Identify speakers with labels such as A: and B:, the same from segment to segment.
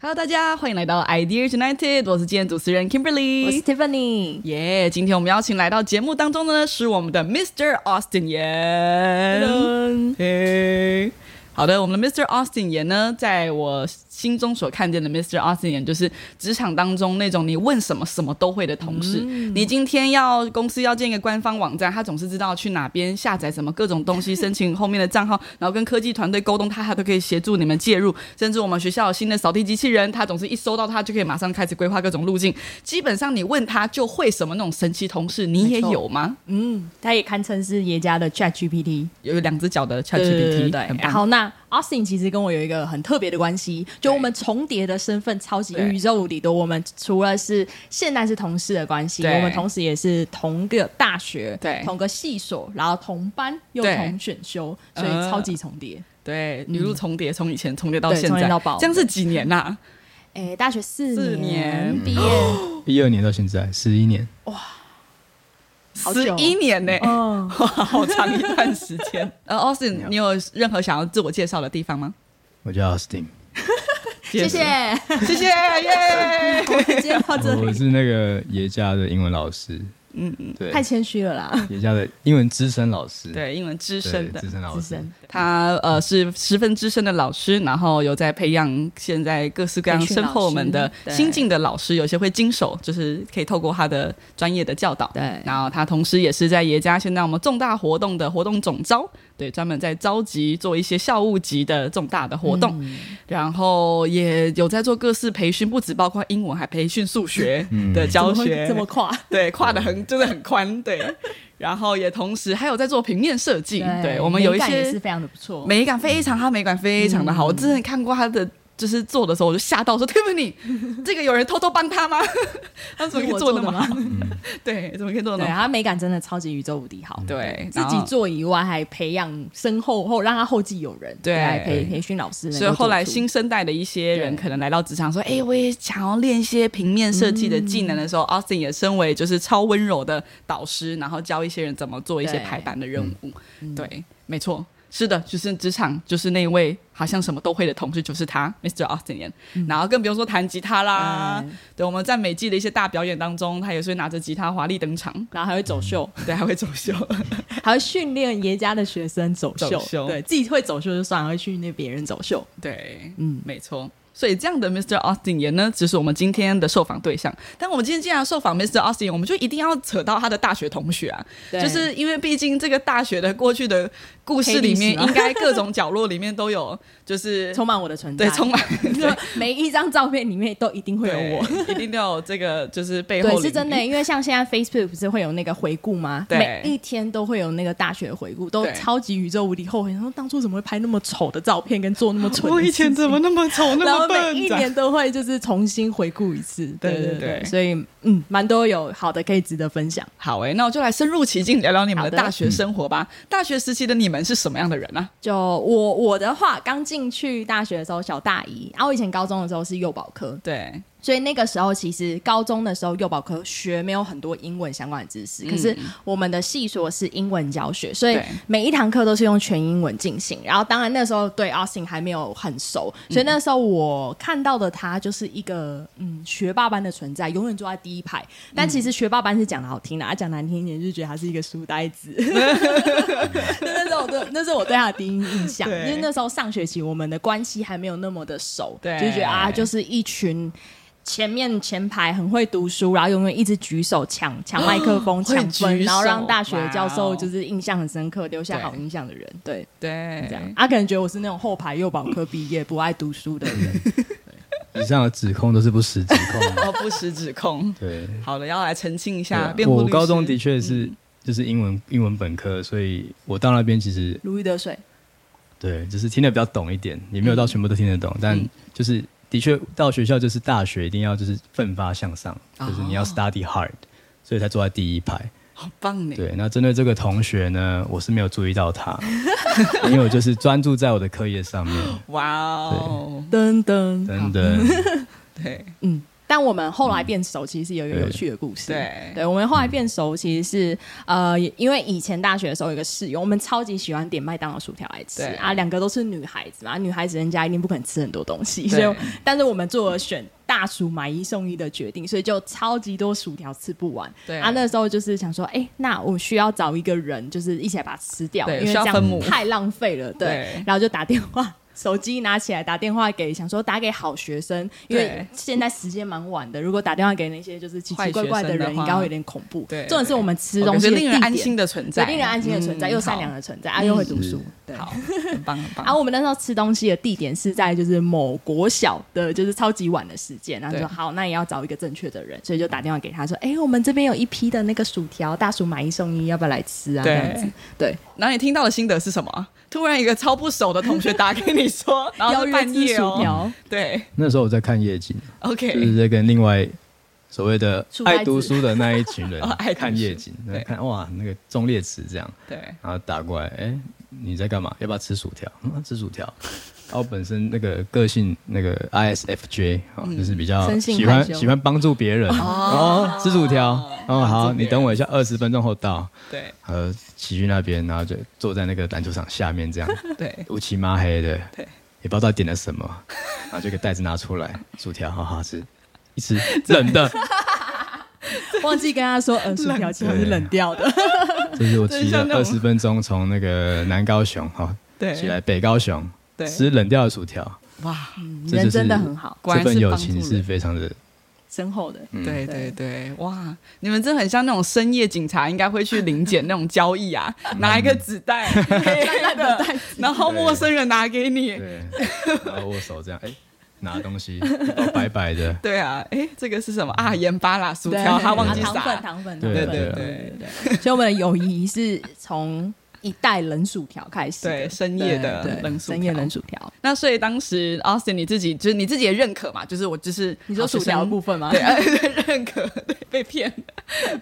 A: Hello，大家欢迎来到 Idea United，我是今天主持人 Kimberly，
B: 我是 Tiffany。
A: 耶今天我们邀请来到节目当中的呢是我们的 Mr. Austin 严。嘿，好的，我们的 Mr. Austin 严呢，在我心中所看见的 Mr. Austin 严，就是职场当中那种你问什么什么都会的同事。
B: 嗯
A: 你今天要公司要建一个官方网站，他总是知道去哪边下载什么各种东西，申请后面的账号，然后跟科技团队沟通，他还都可以协助你们介入。甚至我们学校有新的扫地机器人，他总是一收到他就可以马上开始规划各种路径。基本上你问他就会什么那种神奇同事，你也
B: 没错
A: 有吗？
B: 嗯，他也堪称是爷家的 Chat GPT。
A: 有两只脚的 ChatGPT，
B: 对对对对
A: 很棒
B: 对。然后那 Austin 其实跟我有一个很特别的关系，就我们重叠的身份超级
A: 对
B: 宇宙无敌多。我们除了是现在是同事的关系，
A: 对
B: 我们同时也是同个大学、
A: 对
B: 同个系所，然后同班又
A: 对
B: 同选修，所以
A: 呃
B: 超级重叠。
A: 对，一路重叠，从以前嗯重叠到
B: 对
A: 现
B: 重
A: 在
B: 叠到爆，
A: 这样是几年呐、
B: 诶，大学四
A: 四年
B: 毕业，
C: 一二年到现在十一年，
B: 好
A: 十
B: 久
A: 一年呢、
B: 嗯，
A: 哇， 好长一段时间。哦 呃，Austin，你有任何想要自我介绍的地方吗？
C: 我叫 Austin，
B: 谢谢，
A: 谢谢，哦耶！
B: 今天到这
C: 我
B: 里
C: 是那个爷家的英文老师，嗯嗯，对，
B: 太谦虚了啦，
C: 爷家的英文资深老师，
A: 对，英文资
C: 对，
A: 深的
C: 资，深老
B: 资
C: 师
B: 深，
A: 他呃是十分资深的老师，然后有在培养现在各式各样
B: 培训
A: 身后我们的
B: 老师对
A: 新进的老师，有些会经手，就是可以透过他的专业的教导。
B: 对
A: 然后他同时也是在爷家现在我们重大活动的活动总招，对，专门在召集做一些校务级的重大的活动，
B: 嗯
A: 然后也有在做各式培训，不止包括英文，还培训数学的教
B: 怎么
A: 学，
B: 会这么跨。
A: 对，跨的很就是很宽，对。然后也同时还有在做平面设计，对我们有一
B: 美感也
A: 些
B: 是非常的不错。
A: 美感非常，他美感非常的好。我
B: 嗯
A: 之前看过他的。就是做的时候，我就吓到说：“Tiffany，这个 有人偷偷帮他吗？ 他怎么可以做那么好？
B: 是我做的
A: 对，怎么可以做那
B: 对，
A: 么好？
B: 他美感真的超级宇宙无敌好。
A: 对，
B: 自己
A: 然后
B: 做以外，还培养身后后，让他后继有人，
A: 对
B: 来培培训老师。
A: 所以后来
B: 新
A: 新生代的一些人
B: 对
A: 可能来到职场说：“哎、我也想要练一些平面设计的技能的时候、a
B: 嗯
A: u s t i n 也身为就是超温柔的导师，然后教一些人怎么做一些
B: 对
A: 排版的任务。
B: 嗯
A: 对，没错。是的，就是职场，就是那位好像什么都会的同事，就是他，Mr. Austin、然
B: 嗯
A: 后更不用说弹吉他啦，对，我们在美季的一些大表演当中，他也是会拿着吉他华丽登 场，
B: 然后还会走秀，
A: 对，还会走 秀。
B: 还会训练爷家的学生走秀。
A: 走秀
B: 对自己会走秀就算，还会训练别人走秀。
A: 对，嗯
B: 嗯，
A: 没错。所以这样的 Mr. Austin 也呢，只是我们今天的受访对象。但我们今天既然要受访 Mr. Austin，我们就一定要扯到他的大学同学啊，
B: 对
A: 就是因为毕竟这个大学的过去的故事里面，
B: 黑历史啊吗
A: 应该各种角落里面都有，就是
B: 充满我的存在，
A: 对充满
B: 就每一张照片里面都一定会有我。
A: 我，一定都有这个就是背后
B: 对，
A: 里
B: 是真的，
A: 面
B: 因为像现在 Facebook 不是会有那个回顾吗？
A: 对
B: 每一天都会有那个大学的回顾，都
A: 对
B: 超级宇宙无敌后悔，然后当初怎么会拍那么丑的照片，跟做那么蠢的事 情？
A: 我以前 怎么那么丑，那
B: 然
A: 么
B: 后每
A: 笨
B: 一
A: 啊？
B: 年都会就是重新回顾一次，
A: 对
B: 对
A: 对
B: 对
A: 对
B: 对，所以嗯，蛮多有好的可以值得分享。
A: 好诶、那我就来深入其境聊聊你们的
B: 好的
A: 大学生活吧。大学时期的你们是什么样的人啊？
B: 就我我的话，刚进去大学的时候小大一，然、后我以前高中的时候是幼保科，
A: 对，
B: 所以那个时候其实高中的时候幼保科学没有很多英文相关的知识，可是我们的系所是英文教学，所以
A: 嗯对
B: 每一堂课都是用全英文进行。然后当然那时候对 Austin 还没有很熟，
A: 嗯
B: 所以那时候我看到的他就是一个嗯学霸般的存在，永远坐在第一排。但其实学霸般是讲的好听的，啊他讲难听一点就是觉得他是一个书呆子。
A: 嗯
B: 那时候我对那是我对他的第一印象，因
A: 对
B: 为那时候上学期我们的关系还没有那么的熟，
A: 对
B: 就觉得啊，就是一群。前面前排很会读书，然后永远一直举手抢抢麦克风、
A: 会
B: 抢分，
A: 举
B: 然后让
A: 手
B: 大学教
A: 哇哦
B: 授就是印象很深刻，留下好印象的人。对，
A: 对，
B: 这样他、啊、可能觉得我是那种后排幼保科毕业不爱读书的人。
C: 以上的指控都是不实指控
A: 。哦，不实指控。
C: 对，
A: 好的，要来澄清一
C: 对
A: 下，
C: 啊
A: 辩护律
C: 我
A: 师
C: 高中的确是就是英文英文本科，所以我到那边其实
B: 如鱼得水，
C: 对，就是听得比较懂一点，也没有到全部都听得懂，但就是的确到学校就是大学一定要就是奋发向上，就是你要 study hard，所以才坐在第一排。
A: 好棒呢。
C: 对，那针对这个同学呢，我是没有注意到他， 因为我就是专注在我的课业上面。
A: 哇哦，
B: 噔噔。
C: 真的，
A: 对，
B: 嗯，但我们后来变熟，其实是有一个
C: 对
B: 有趣的故事。
A: 对
B: 对，我们后来变熟，其实是呃，因为以前大学的时候有一个室友，我们超级喜欢点麦当劳薯条来吃
A: 对
B: 啊，两个都是女孩子嘛，女孩子人家一定不肯吃很多东西，
A: 对
B: 所以但是我们做了选。大薯买一送一的决定，所以就超级多薯条吃不完。
A: 对
B: 啊，那时候就是想说，哎、那我需要找一个人，就是一起来把它吃掉，
A: 对
B: 因为
A: 需要
B: 这
A: 分
B: 样
A: 母
B: 太浪费了。对，
A: 对
B: 然后就打电话，手机拿起来打电话给，想说打给好学生，因为
A: 对
B: 现在时间蛮晚的，如果打电话给那些就是奇奇怪怪
A: 坏学生的
B: 人，
A: 话
B: 应该会有点恐怖。
A: 对哦
B: 重点是我们吃
A: 我
B: 东
A: 感觉
B: 西的
A: 令人
B: 地
A: 安
B: 点
A: 心的存
B: 对
A: 在，
B: 令人安心的存
A: 嗯
B: 在，又善良，的存在，啊，又会读书，对。
A: 好，好很棒很棒。
B: 然后、啊、我们那时候吃东西的地点是在就是某国小的，就是超级晚的时间。然后就说
A: 对
B: 好，那也要找一个正确的人，所以就打电话给他说：“哎、我们这边有一批的那个薯条，大薯买一送一，要不要来吃啊？”这
A: 对
B: 样子，对，
A: 然后你听到的心得是什么？突然一个超不熟的同学打给你说，然后
B: 邀
A: 是
B: 约
A: 半
B: 吃
A: 夜
B: 薯
A: 哦，
B: 条，
A: 对
C: 那时候我在看夜景，就
A: ，OK，
C: 是在跟另外所谓的
B: 书呆子
C: 爱读书的那一群人
A: 哦爱读书
C: 看夜景，
A: 对
C: 看哇那个中列池这样，
A: 对
C: 然后打过来，哎、你在干嘛？要不要吃薯条？嗯吃薯条。然后本身那个个性那个 ISFJ 啊、就是比较
B: 生性
C: 喜
B: 害
C: 欢
B: 羞
C: 喜欢帮助别人哦，吃薯条哦，好，你等我一下，二十分钟后到。
A: 对
C: 呃，骑去那边，然后就坐在那个篮球场下面这样，
A: 对
C: 乌漆嘛黑的，
A: 对
C: 也不知道到底点了什么， 然后就给袋子拿出来，薯条好好吃，一吃 冷的，
B: 忘记跟他说，呃，薯条其实是冷掉的。
C: 这是我
A: 对
C: 骑了
A: 像那
C: 二
A: 种
C: 十分钟从那个南高雄哈、
A: 对，
C: 起来北高雄
A: 对
C: 吃冷掉的薯条，
A: 哇，
C: 这
B: 人
C: 就是
B: 真的很好，
A: 果
C: 这
A: 然
C: 份
A: 是
C: 友
A: 帮
C: 情
A: 助
C: 是
A: 人。
C: 非常的
B: 深厚的。
A: 对对
B: 对
A: 对，哇！你们真的很像那种深夜警察，应该会去临检那种交易啊，拿一个纸袋，黑黑的，然后陌生人拿给你，
C: 对，然后握 手这样，哎，拿东西都白白的，
A: 对啊，哎，这个是什么啊？盐巴啦，薯
B: 对
A: 条，他忘记
B: 啊糖
A: 撒
B: 粉，，糖粉，
C: 对
A: 对
B: 糖
A: 对
B: 粉
A: 对
B: 对。所以我们的友谊是从一袋冷薯条开始的，
A: 对深夜的
B: 对对
A: 冷薯条
B: 深夜冷薯条。
A: 那所以当时 Austin 你自己就是你自己也认可嘛，就是我就是
B: 你说薯条的部分吗
A: 对，？啊认可，对，被骗，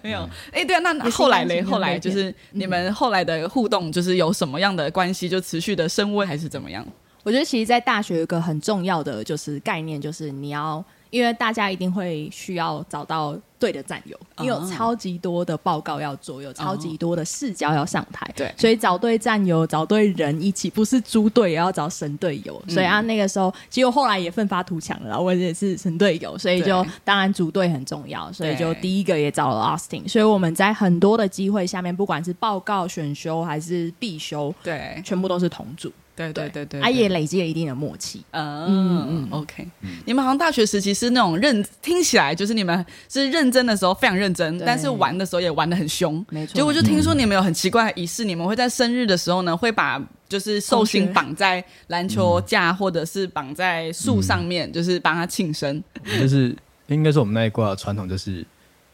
A: 没有。哎、对啊，那那
B: 也是
A: 后来
B: 担
A: 嘞，
B: 心
A: 后来
B: 被
A: 就
B: 骗
A: 是你们后来的互动，就是有什么样的关系，就持续的升温还是怎么样？
B: 我觉得其实，在大学有一个很重要的就是概念，就是你要，因为大家一定会需要找到对的战友，
A: 哦
B: 你有超级多的报告要做，有超级多的视角要上台，
A: 对
B: 所以找对战友，找对人一起，不是猪队也要找神队友。
A: 嗯
B: 所以啊，那个时候，其实我后来也奋发图强了啦，我也是神队友，所以就
A: 对
B: 当然组队很重要，所以就
A: 对
B: 第一个也找了 Austin，所以我们在很多的机会下面，不管是报告、选修还是必修，
A: 对，
B: 全部都是同组。
A: 对对对对，
B: 啊
A: 对
B: 也累积了一定的默契。
A: 嗯嗯，OK，你们好像大学时期是那种认，听起来就是你们是认真的时候非常认真，
B: 对
A: 但是玩的时候也玩的很凶。
B: 没错
A: 结果就听说你们有很奇怪的仪式，你们会在生日的时候呢，会把就是寿
B: 同
A: 星
B: 学
A: 绑在篮球架或者是绑在树上面，就是帮他庆生。
C: 我们就是应该是我们那一挂的传统，就是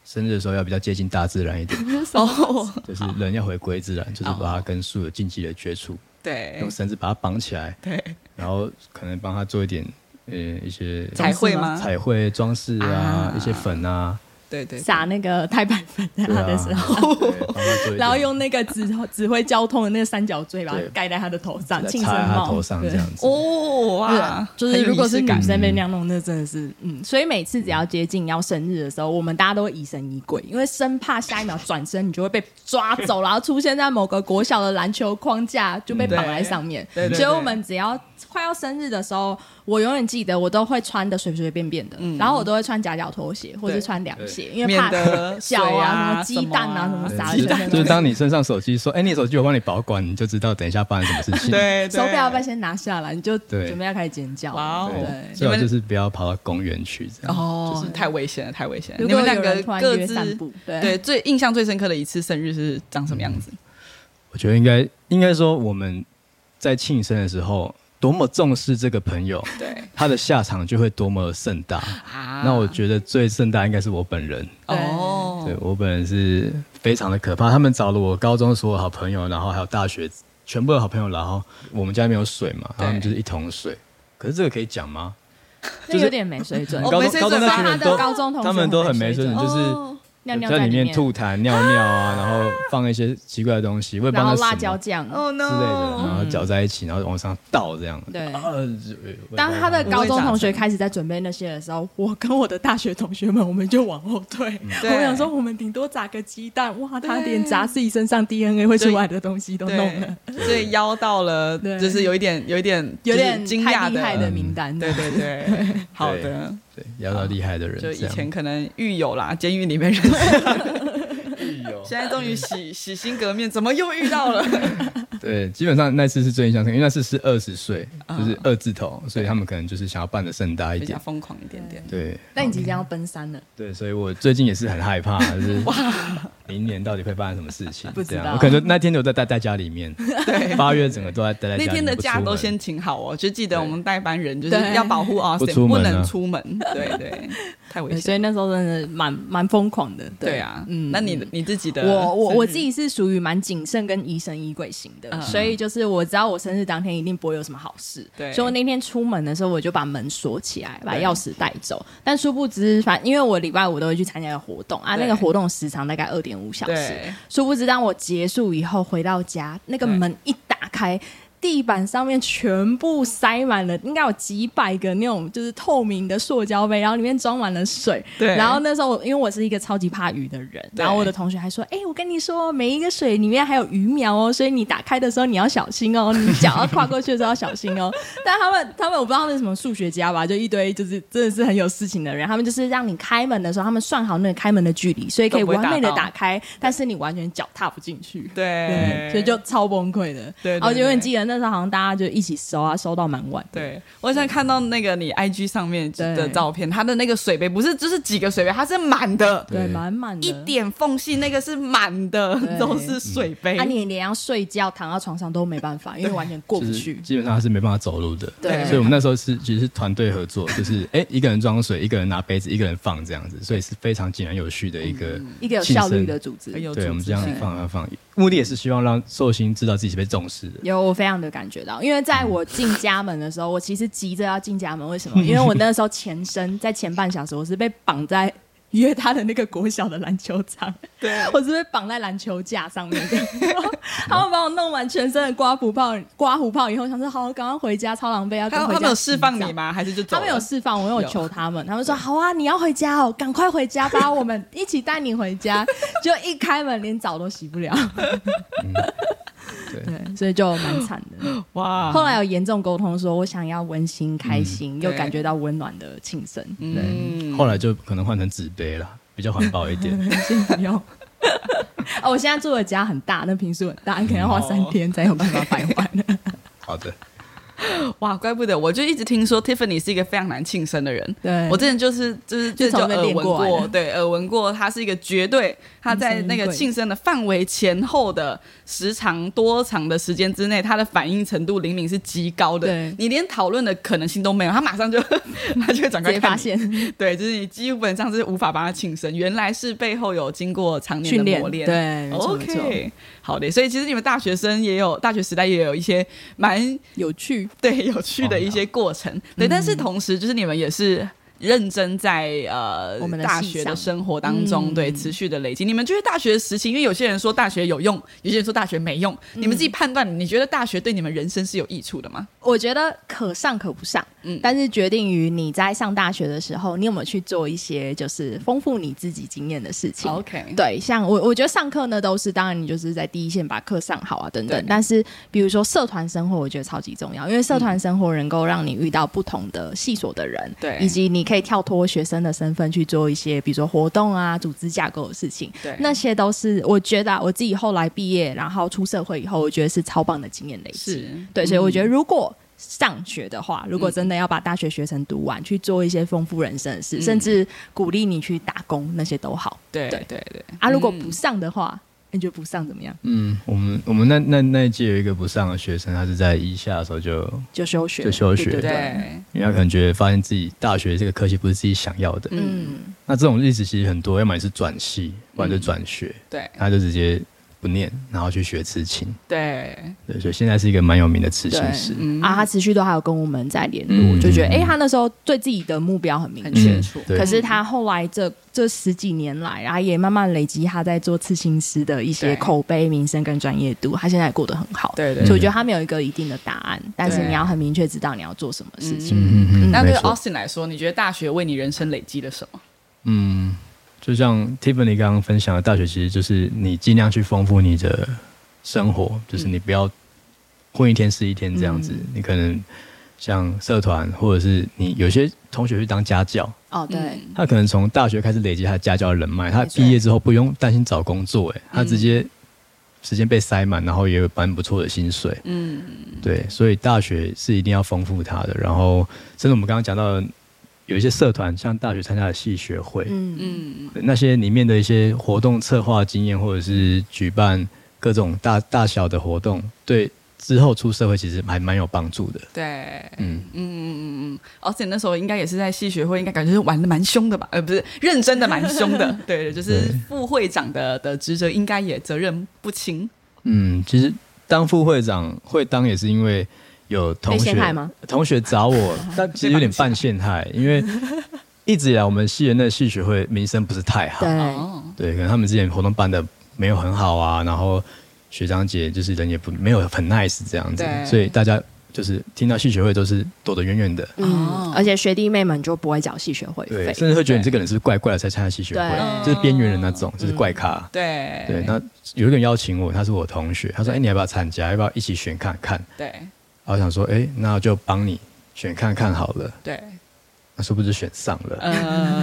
C: 生日的时候要比较接近大自然一点，
B: 嗯
A: 哦，
C: 就是人要回归自然，就是把它跟树有近距离的接触，
A: 对
C: 用绳子把它绑起来，
A: 对，
C: 然后可能帮它做一点呃一些
A: 彩绘吗？
C: 彩绘装饰啊
A: 啊，
C: 一些粉啊，
A: 对对，
B: 撒那个太白粉啊在他的时候，
C: 对帮它做一 点
B: 然后用那个指指挥交通的那个三角锥把它
C: 对
B: 盖在他的头上，
C: 在
B: 庆
C: 插
B: 生
C: 在它
B: 帽
C: 头上
B: 对
C: 这样子。
A: 哦
B: 对
A: 哇
B: 啊，，就是如果是
A: 很有仪式
B: 女
A: 感
B: 生被那样弄，那真的是嗯，所以每次只要接近要生日的时候，我们大家都会疑神疑鬼，因为生怕下一秒转身你就会被抓走，然后出现在某个国小的篮球框架就被绑在上面。
A: 对对对
B: 所以我们只要快要生日的时候，我永远记得我都会穿的随随便便的，然后我都会穿夹脚拖鞋或是
A: 对
B: 穿凉鞋，因为
A: 免
B: 怕
A: 得
B: 脚
A: 水
B: 啊、什
A: 啊
B: 么鸡蛋啊、
A: 什
B: 什
A: 么啊
B: 么
C: 对
B: 啥
C: 就是
B: 的，
C: 就是当你身上手机说：“哎，你手机我帮你保管”，你就知道等一下发生什么事情。，
A: 对对
B: 手表要不要先拿下来，你就
C: 对
B: 准备要开始尖叫。
A: 哇哦
B: 对，
C: 最好
A: 你们
C: 就是不要跑到公园去这样。
A: 哦，太危险了，太危险了！
B: 如
A: 你
B: 果
A: 们两
B: 有
A: 个
B: 人突然
A: 各
B: 约
A: 自
B: 散步对
A: 对最印象最深刻的一次生日是长什么样子？
C: 我觉得应该应该说我们在庆生的时候，多么重视这个朋友，
A: 对
C: 他的下场就会多么盛大。
A: 啊
C: 那我觉得最盛大应该是我本人，
A: 哦
C: 对我本人是非常的可怕。他们找了我高中所有好朋友，然后还有大学全部的好朋友，然后我们家没有水嘛，
A: 对
C: 他们就是一桶 水。可是这个可以讲吗？
B: 那有点没水准
A: 哦。
C: 高
A: 没
C: 中
A: 水准
C: 高中那群
B: 他
C: 人
B: 的
C: 都
B: 高中同学
C: 他们都很没水准，
B: 很
C: 就是
A: 哦
B: 尿尿
C: 在
B: 在
C: 里
B: 面
C: 面，吐痰、尿 尿啊，然后放一些奇怪的东西，我也不知
B: 然后
C: 道那是
B: 辣
C: 什么
B: 椒酱。嗯
A: 哦
C: 之类的，
A: no！
C: 然后搅在一起，然后往上倒这样。
B: 对
C: 啊呃呃
B: 当他的
A: 不会
B: 高中
A: 炸
B: 同学
A: 成
B: 开始在准备那些的时候，我跟我的大学同学们，我们就往后退。
A: 对
B: 我想说，我们顶多炸个鸡蛋，哇，他
A: 对
B: 连炸自己身上 DNA 会出来的东西都弄了，
A: 对，所以邀到了，
B: 对
A: 就是有一点有一点
B: 有
A: 就
B: 点
A: 是惊讶
B: 太厉害
A: 的
B: 的名单。
A: 对 对对，好的，
C: 对，聊到厉害的人，
A: 就以
C: 这样
A: 前可能狱友啦，监狱里面认识，
B: 哦
A: 现在终于洗 洗心革面，怎么又遇到了？
C: 对，基本上那次是最印象深刻，因为那次是二十岁，
A: 啊
C: 就是二字头，所以他们可能就是想要办的盛大一
A: 比较
C: 点。
A: 疯狂一点点，
C: 对
B: 但你即将要奔三了，
C: 对，所以我最近也是很害怕， 就是明年到底会发生什么事情？
B: 不知
C: 这样
B: 道
C: 我可能就那天就在待在家里 面，对，八月整个都在待在家
A: 那
C: 里面，
A: 天的
C: 不出
A: 假都
C: 门
A: 先请好哦，就记得我们代班人就是
B: 对
A: 要保护 Austin，
C: 不出门啊
A: 能出门，对对， 太危
B: 对，
A: 险。
B: 所以那时候真的蛮蛮疯狂的。
A: 对啊，嗯，那你的你自己的生日，
B: 我我我自己是属于蛮谨慎跟疑神疑鬼型的，
A: 嗯
B: 所以就是我知道我生日当天一定不会有什么好事，
A: 对
B: 所以我那天出门的时候我就把门锁起来，把
A: 对
B: 钥匙带走。但殊不知，反因为我礼拜五都会去参加活动啊，
A: 对
B: 那个活动时长大概二点五小时，
A: 对，
B: 殊不知当我结束以后回到家，那个
A: 对
B: 门一打开。地板上面全部塞满了，应该有几百个那种就是透明的塑胶杯，然后里面装满了水。
A: 对
B: 然后那时候我因为我是一个超级怕鱼的人，
A: 对
B: 然后我的同学还说：“哎、我跟你说，每一个水里面还有鱼苗哦，所以你打开的时候你要小心哦，你脚要跨过去的时候要小心 哦。”但他们他们我不知道他们是什么数学家吧，就一堆就是真的是很有事情的人，他们就是让你开门的时候，他们算好那个开门的距离，所以可以
A: 都不会
B: 完美的
A: 打到
B: 打开，但是你完全脚踏不进去。
A: 对，
B: 嗯所以就超崩溃的。
A: 对对
B: 然后就
A: 对
B: 很记得那时候好像大家就一起收啊，收到蛮晚。，
A: 对，我现在看到那个你 IG 上面的
B: 对
A: 照片，它的那个水杯不是就是几个水杯，它是满的，
B: 对，
C: 对
B: 满满的。
A: 一点缝隙那个是满的，
B: 对
A: 都是水杯
B: 啊，。你连要睡觉躺到床上都没办法，因为完全过不
C: 就是
B: 去。
C: 基本上他是没办法走路的。
B: 对
C: 所以我们那时候是其实是团队合作，就是哎、诶一个人装水，一个人拿杯子，一个人放这样子，所以是非常井然有序的一个、
B: 一个有效率的。组织
A: 很，有
C: 对，
A: 嗯
C: 我
A: 组
C: 们
A: 织
C: 这样
A: 性
C: 放啊放，目的也是希望让寿星知道自己是被重视的。
B: 有我非常的感觉到，因为在我进家门的时候，我其实急着要进家门，为什么？因为我那时候前身在前半小时，我是被绑在约他的那个国小的篮球场，
A: 对，
B: 我是被绑在篮球架上面的，他们把我弄完全身的刮胡泡，刮胡泡以后，想说好，赶快回家，超狼狈，要
A: 他
B: 赶
A: 他
B: 回
A: 们
B: 家
A: 有
B: 洗
A: 释
B: 澡。
A: 放你吗？还是就走
B: 他
A: 了
B: 们有释放，我有
A: 有
B: 求他们，他们说好啊，你要回家哦，赶快回家吧，我们一起带你 回家。就一开门，连澡都洗不了，
A: 嗯
C: 对
B: 对，所以就蛮惨的。
A: 哇？
B: 后来有严重沟通，说我想要温馨、开心，又
A: 嗯对
B: 感觉到温暖的庆生，
A: 嗯，
C: 后来就可能换成纸杯了，比较环保一点。
B: 先不用。哦，我现在住的家很大，那平数很大，你可能要花三天才有办法摆完。
A: 哦
C: 好的，
A: 哇，怪不得我就一直听说 Tiffany 是一个非常难庆生的人。
B: 对
A: 我之前就是就是
B: 嗯就
A: 这
B: 从
A: 就
B: 那
A: 耳
B: 边
A: 闻
B: 练过来的
A: 对，耳闻过他是一个绝对他在那个庆生的范围前后的时长多长的时间之内，他的反应程度灵敏是极高的
B: 对，
A: 你连讨论的可能性都没有，他马上就 他就会转过来
B: 直
A: 看
B: 接发
A: 你。
B: 现，
A: 对，就是你基本上是无法帮他庆生，原来是背后有经过常年
B: 训
A: 的
B: 练
A: 磨练。
B: 对没错没错
A: ，OK，好的。所以其实你们大学生也有大学时代也有一些蛮
B: 有趣。
A: 对有趣的一些过程，对，但
B: 嗯
A: 是同时就是你们也是。认真在呃
B: 我们的
A: 大
B: 系
A: 学的
B: 上
A: 生活当中，
B: 嗯
A: 对持续的累积。你们觉得大学时期，因为有些人说大学有用，有些人说大学没用，
B: 嗯
A: 你们自己判断，你觉得大学对你们人生是有益处的吗？
B: 我觉得可上可不上，
A: 嗯
B: 嗯，但是决定于你在上大学的时候，你有没有去做一些就是丰富你自己经验的事情。
A: OK
B: 对，像我，我觉得上课呢都是，当然你就是在第一线把课上好啊，等
A: 对
B: 等。但是比如说社团生活，我觉得超级重要，因为社团生活能够让你遇到不同的系所的人，
A: 嗯对
B: 以及你可以跳脱学生的身份去做一些，比如说活动啊、组织架构的事情，
A: 对
B: 那些都是我觉得啊我自己后来毕业，然后出社会以后，我觉得是超棒的经验累积。
A: 是嗯
B: 对，所以我觉得如果上学的话，如果真的要把大学学程读完，去做一些丰富人生的
A: 嗯
B: 事，甚至鼓励你去打工，那些都好
A: 对
B: 对
A: 对对
B: 啊。如果不上的话，你觉得不上怎么样？
C: 嗯，我们我们那那那一届有一个不上的学生，他是在一下的时候就，
B: 就休学，
C: 就休学
B: 对对对
A: 对
C: 因为他可能觉得发现自己大学这个科系不是自己想要的。
A: 嗯
B: 嗯，
C: 那这种例子其实很多，要么你是转系，不然就转学，
A: 对
C: 他就直接不念，然后去学刺青。
A: 对，
C: 对，所以现在是一个蛮有名的刺青
B: 对
C: 师。
A: 嗯
B: 啊，他持续都还有跟我们在联络，
C: 嗯
B: 就觉得哎、诶他那时候对自己的目标嗯很明
A: 很
B: 确。
A: 清楚。
C: 对
B: 可是他后来这这十几年来，然后也慢慢累积他在做刺青师的一些
A: 对
B: 口碑、名声跟专业度，他现在也过得很好。
A: 对对
B: 所以我
A: 对。
B: 觉得他没有一个一定的答案，但是
A: 对
B: 你要很明确知道你要做什么事情。
C: 嗯嗯
A: 那
C: 嗯，
A: 对
C: 没
A: Austin 来说，你觉得大学为你人生累积了什么？
C: 嗯，就像 Tiffany 刚刚分享的，大学其实就是你尽量去丰富你的生
B: 嗯
C: 活，就是你不要混一天是一天这样子。你可能像社团，或者是你有些同学去当家教，
B: 哦，对，
A: 嗯
C: 他可能从大学开始累积他的家教人脉，他
B: 没错嗯
C: 毕业之后不用担心找工作、欸，他直接时间被塞满，然后也有蛮不错的薪水。
A: 嗯，
C: 对，所以大学是一定要丰富它的。然后，甚至我们刚刚讲到的有一些社团，像大学参加的系学会，
B: 嗯嗯
A: 嗯
C: 那些里面的一些活动策划经验，或者是举办各种大大小的活动，对之后出社会其实还蛮有帮助的。
A: 对，
C: 嗯，
A: 嗯嗯嗯嗯嗯，Austin 那时候应该也是在系学会，应该感觉是玩的蛮凶的吧？呃，不是，认真的蛮凶 的。对对，就是
C: 对
A: 副会长的的职责，应该也责任不轻。
C: 嗯，其实当副会长会当也是因为有同
B: 被
C: 学
B: 陷害吗
C: 同学 找我，但其实有点半陷害，因为一直以来我们系的那个系学会名声不是太好
B: 对，，
A: 哦，
C: 对，可能他们之前活动办的没有很好啊，然后学长姐就是人也不没有很 nice 这样子
A: 对，
C: 所以大家就是听到系学会都是躲得远远的。
A: 哦
B: 嗯，而且学弟妹们就不会缴系学会
C: 对，
B: 费，
C: 甚至会觉得你这个人是不是怪怪的才参加系学
B: 对
C: 会，就是边缘人那
A: 嗯
C: 种，就是怪咖。
A: 对
C: 对，那有一个人邀请我，他是我同学，他说：“哎、你要不要参加？要不要一起选看看
A: 对？”
C: 然后我想说：“哎、那就帮你选看看好了。
A: 对，”
C: 那殊不知选上了。
A: 呃，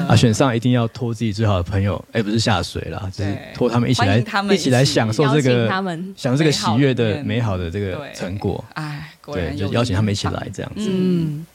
C: 啊，选上一定要拖自己最好的朋友，哎、不是下水啦，就是
A: 对
C: 拖他们一起
A: 欢
C: 来
A: 迎他们
C: 起来享受这
B: 邀
C: 个
B: 请他们
C: 享受这个喜
A: 美好
C: 悦
A: 的
C: 的
A: 人
C: 美好的这个
A: 对
C: 成果，
A: 哎，果
C: 对，
A: 然
C: 就
A: 有
C: 邀请他们一起
A: 人
C: 来 这样子，
A: 嗯，
B: 嗯，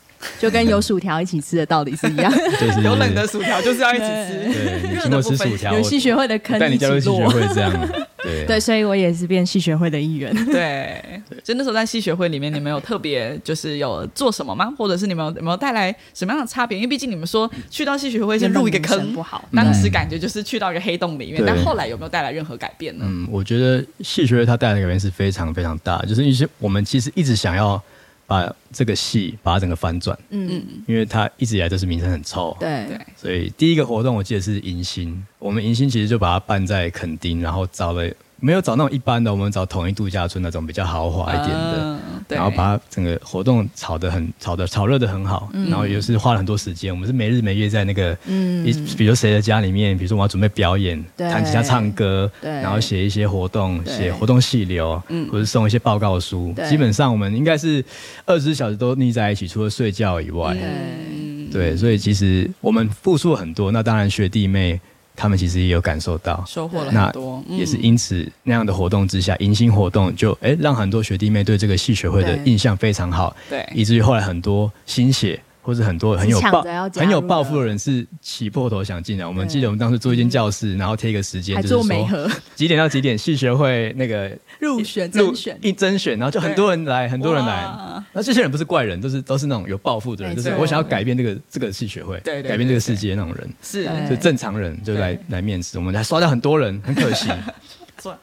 B: 就跟有薯条一起吃的道理是一样。
C: 就 是
A: 有冷的薯条就是要一起吃，
C: 对，你
A: 热
C: 请
A: 的
C: 我
A: 不
C: 吃
A: 分
C: 薯条，
B: 有
C: 我
B: 系学会的坑
C: 带你
B: 一起
C: 加入戏学
B: 落，
C: 会这样， 对
B: 对，所以我也是变系学会的一员。
A: 对，就那时候在系学会里面，你们有特别就是有做什么吗？或者是你们有有没有带来什么样的差别？因为毕竟你们说去到系学会先入一个
B: 原本名
A: 坑
B: 声不好
A: 当时感觉就是去到一个黑洞里面，
C: 对
A: 但后来有没有带来任何改变呢？
C: 嗯，我觉得戏学会它带来的改变是非常非常大的，就是因为我们其实一直想要把这个戏把它整个翻转，
B: 嗯，
C: 因为它一直以来都是名声很臭，
B: 对
A: 对，
C: 所以第一个活动我记得是迎新，我们迎新其实就把它办在垦丁，然后找了没有找那种一般的，我们找统一度假村那种比较豪华一点
B: 啊
C: 的，
A: 嗯对，
C: 然后把它整个活动炒得很炒得炒热的很好，然后也是花了很多时间，我们是没日没夜在那个
B: 嗯
C: 一，比如谁的家里面，比如说我要准备表演，
B: 对
C: 弹吉他、唱歌，
B: 对
C: 然后写一些活动，
B: 对嗯
C: 写活动细流，或者送一些报告书
B: 对。
C: 基本上我们应该是二十小时都腻在一起，除了睡觉以外。
A: 嗯，
C: 对，所以其实我们付出很多，那当然学弟妹他们其实也有感受到，
A: 收获了
C: 那
A: 很多，嗯
C: 也是因此那样的活动之下，迎新活动就哎让很多学弟妹对这个系学会的
B: 对
C: 印象非常好，
A: 对
C: 以至于后来很多新血或者很多很有
B: 抢
C: 抱
B: 着要加入
C: 很有抱负的人是起破头想进来。我们
B: 对
C: 记得我们当时做一间教室，然后贴一个时间，
B: 还
C: 就是
B: 做美
C: 说
B: 和
C: 几点到几点系学会那个
B: 入选
C: 入
B: 甄选，
C: 一甄选，然后就很多人来，很多人来
A: 哇。
C: 那这些人不是怪人，都是都是那种有抱负的人，
B: 没
C: 就
B: 错
C: 是我想要改变这个这个系学会，
A: 对对对
C: 改变这个世界那种人。
A: 是
B: 对
C: 就正常人就来
A: 对
C: 来面试，我们还刷掉很多人，很可惜。
A: 做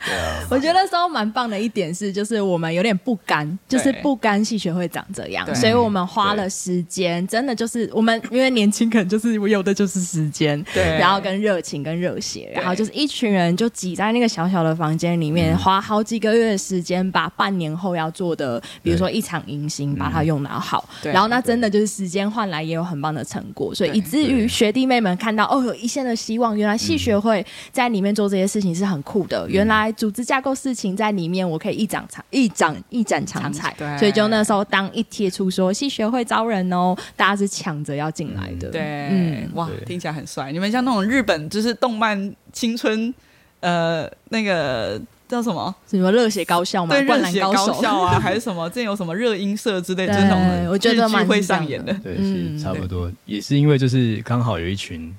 B: 我觉得那时候蛮棒的一点是，就是我们有点不甘，就是
A: 对
B: 不甘系学会长这样，
A: 对
B: 所以我们花
C: 对
B: 了时间，真的就是我们因为年轻，可能就是有的就是时间，
A: 对
B: 然后跟热情跟热血，
A: 对
B: 然后就是一群人就挤在那个小小的房间里
A: 嗯
B: 面，花好几个月的时间，把半年后要做的，比如说一场迎新，把它用到好，
A: 嗯对
B: 然后那真的就是时间换来也有很棒的成果，所以
A: 对
B: 以至于
C: 对
B: 学弟妹们看到哦有一线的希望，原来系学会在里面做这些事情是很酷的，
A: 嗯
B: 原来组织架构事情在里面我可以一展长一展一展长才，
A: 对
B: 所以就那时候当一贴出说系学会招人哦，大家是抢着要进来的，
A: 对，
B: 嗯
A: 哇，
C: 对
A: 听起来很帅。你们像那种日本就是动漫青春，呃，那个叫什么？
B: 什么热血高校嘛
A: 对，，
B: 灌
A: 热
B: 篮
A: 血
B: 高手
A: 高校 啊，还是什么？之前有什么热音社之类的，
B: 对
A: 就是那种
B: 我觉得
A: 日剧
B: 蛮
A: 会
B: 是这样
A: 上演
B: 的
A: 的。
C: 对，
B: 嗯
C: 是差不多，也是因为就是刚好有一群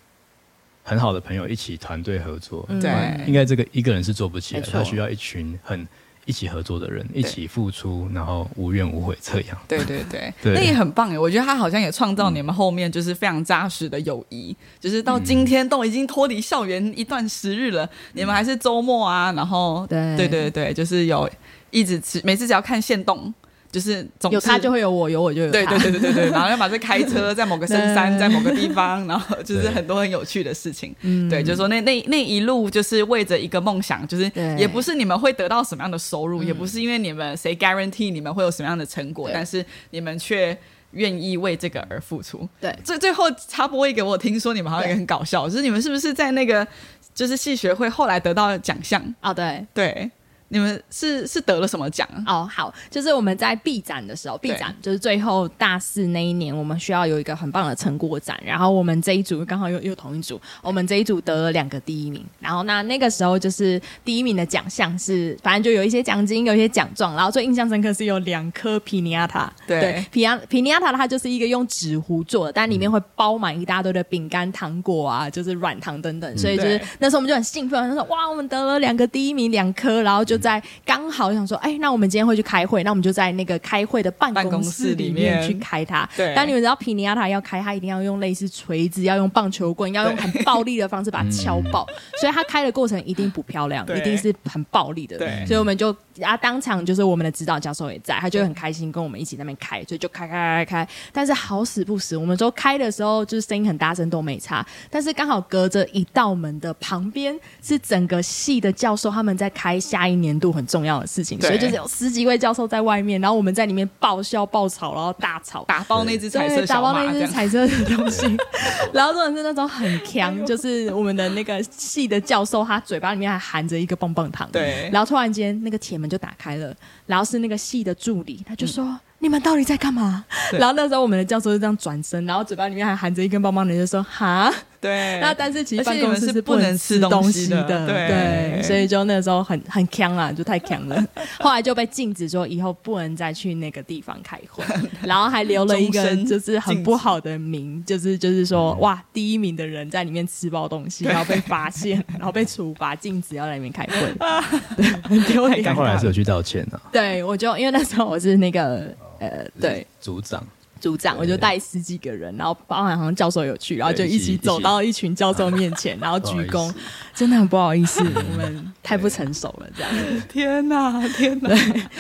C: 很好的朋友一起团队合作，
B: 嗯
C: 不然
A: 对
C: 应该这个一个人是做不起来，
B: 没错
C: 他需要一群很一起合作的人，一起付出，然后无怨无悔这样。
A: 对对对，
C: 对
A: 那也很棒哎！我觉得他好像也创造你们后面就是非常扎实的友谊，就是到今天都已经脱离校园一段时日了，你们还是周末啊，然后
B: 嗯对
A: 对对对，就是有一直吃，每次只要看线动，就是总是
B: 有他就会有我，有我就有他。
A: 对对对对对对，然后要马上开车在某个深山，
B: 对
A: 在某个地方，然 后就是
C: 对
A: 很多很有趣的事情。
B: 嗯
A: 对，就是说那那那一路就是为着一个梦想，就是
B: 对嗯
A: 也不是你们会得到什么样的收入，也不是因为你们谁 guarantee 你们会有什么样的成果，
B: 对
A: 但是你们却。愿意为这个而付出。
B: 对
A: 最最后插播一个，我听说你们好像也
B: 对
A: 很搞笑，就是你们是不是在那个就是戏学会后来得到奖项？
B: 哦对
A: 对，你们是是得了什么奖？
B: 哦好，就是我们在 B 展的时候，B
A: 对
B: 展就是最后大四那一年，我们需要有一个很棒的成果展，然后我们这一组刚好又又同一组，我们这一组得了两个第一名，然后那那个时候就是第一名的奖项是，反正就有一些奖金，有一些奖状，然后最印象深刻是有两颗皮尼亚塔，
A: 对
B: 皮亚皮尼亚塔它就是一个用纸糊做的，但里面会包满一大堆的饼干、糖果啊，就是软糖等等，所以就是
A: 嗯对
B: 那时候我们就很兴奋，他说哇，我们得了两个第一名，两颗，然后就在刚好想说，哎、那我们今天会去开会，那我们就在那个开会的办
A: 办公
B: 公
A: 室
B: 室
A: 里
B: 里
A: 面
B: 面去开它。
A: 对
B: 但你们知道皮尼亚塔要开，它一定要用类似锤子，要用棒球棍，要用很暴力的方式把它敲爆，所以它开的过程一定不漂亮，
A: 嗯对
B: 一定是很暴力的。
A: 对
B: 所以我们就啊，当场就是我们的指导教授也在，他就很开心跟我们一起在那边开，所以就开开开开。开但是好死不死，我们都开的时候就是声音很大声都没差，但是刚好隔着一道门的旁边是整个系的教授他们在开下一年度很重要的事情，
A: 对
B: 所以就是有十几位教授在外面，然后我们在里面爆笑爆吵，然后 大吵。
A: 打包那只彩色
B: 对，打
A: 小
B: 包
A: 马，
B: 那
A: 这
B: 只
A: 样。
B: 彩色的东西， 然后重点是那种很强，就是我们的那个系的教授，他嘴巴里面还含着一个棒棒糖，
A: 对
B: 然后突然间那个铁门就打开了，然后是那个系的助理，他就说。
A: 嗯
B: 你们到底在干嘛？然后那时候我们的教授就这样转身，然后嘴巴里面还含着一根棒棒糖，就说哈。
A: 对，
B: 那但是其实
A: 而且
B: 办
A: 你
B: 公
A: 们
B: 室
A: 是不
B: 不
A: 能
B: 能
A: 吃
B: 吃
A: 东西
B: 西
A: 的对
B: 对所以就那时候很很强啦，就太强 了。后来就被禁止说以后不能再去那个地方开 会，然后还留了一
A: 终
B: 个
A: 身
B: 就是很不
A: 禁止嗯
B: 好的名，就是就是说哇，第一名的人在里面吃包东西，然后被发现，然后被处罚，禁止要在里面开会，对，很丢脸啊
C: 但。后来是有去道歉啊，
B: 对，我就因为那时候我是那个呃，对，
C: 组长
B: 组长，我就带十几个人，然后包含好像教授有去，然后就一
C: 一
B: 起
C: 起
B: 走到一群教授面前，然后鞠
C: 不好意
B: 躬
C: 思，
B: 真的很不好意思，我们太不成熟了，这样。
A: 天哪，天哪！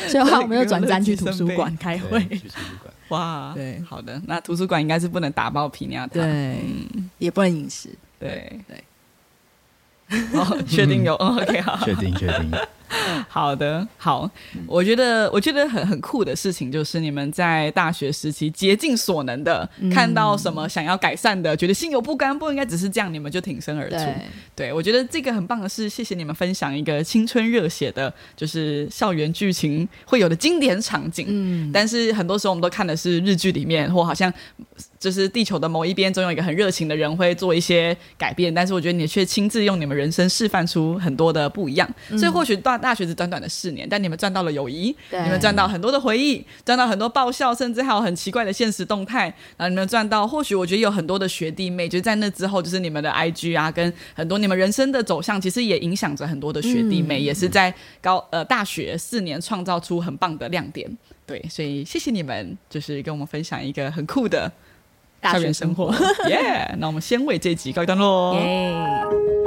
B: 所以后来我们就转战去图书馆开 会，
C: 对去图书馆，
A: 哇，
B: 对
A: 好的，那图书馆应该是不能打包皮尿糖，
B: 对，也不能饮食。
A: 对
B: 对
A: 哦，确定有、哦、，OK，好，
C: 嗯确定确嗯定，
A: 好的，好，我觉得我觉得很很酷的事情就是你们在大学时期竭尽所能的、
B: 嗯
A: 看到什么想要改善的，觉得心有不甘，不应该只是这样，你们就挺身而出。
B: 对，
A: 对，我觉得这个很棒的是，谢谢你们分享一个青春热血的，就是校园剧情会有的经典场景。
B: 嗯，
A: 但是很多时候我们都看的是日剧里面，或好像就是地球的某一边，总有一个很热情的人会做一些改变。但是我觉得你却亲自用你们人生示范出很多的不一样。所以或许大大学只短短的四年，但你们赚到了友谊，
B: 对
A: 你们赚到很多的回忆，赚到很多爆笑，甚至还有很奇怪的现实动态。然后你们赚到，或许我觉得有很多的学弟妹，就是在那之后，就是你们的 IG 啊，跟很多你们人生的走向，其实也影响着很多的学弟
B: 嗯
A: 妹，也是在高呃大学四年创造出很棒的亮点。对，所以谢谢你们，就是跟我们分享一个很酷的
B: 大
A: 校
B: 学
A: 园
B: 生
A: 生
B: 活。
A: 活。耶！那我们先为这一集告一段落。
B: 耶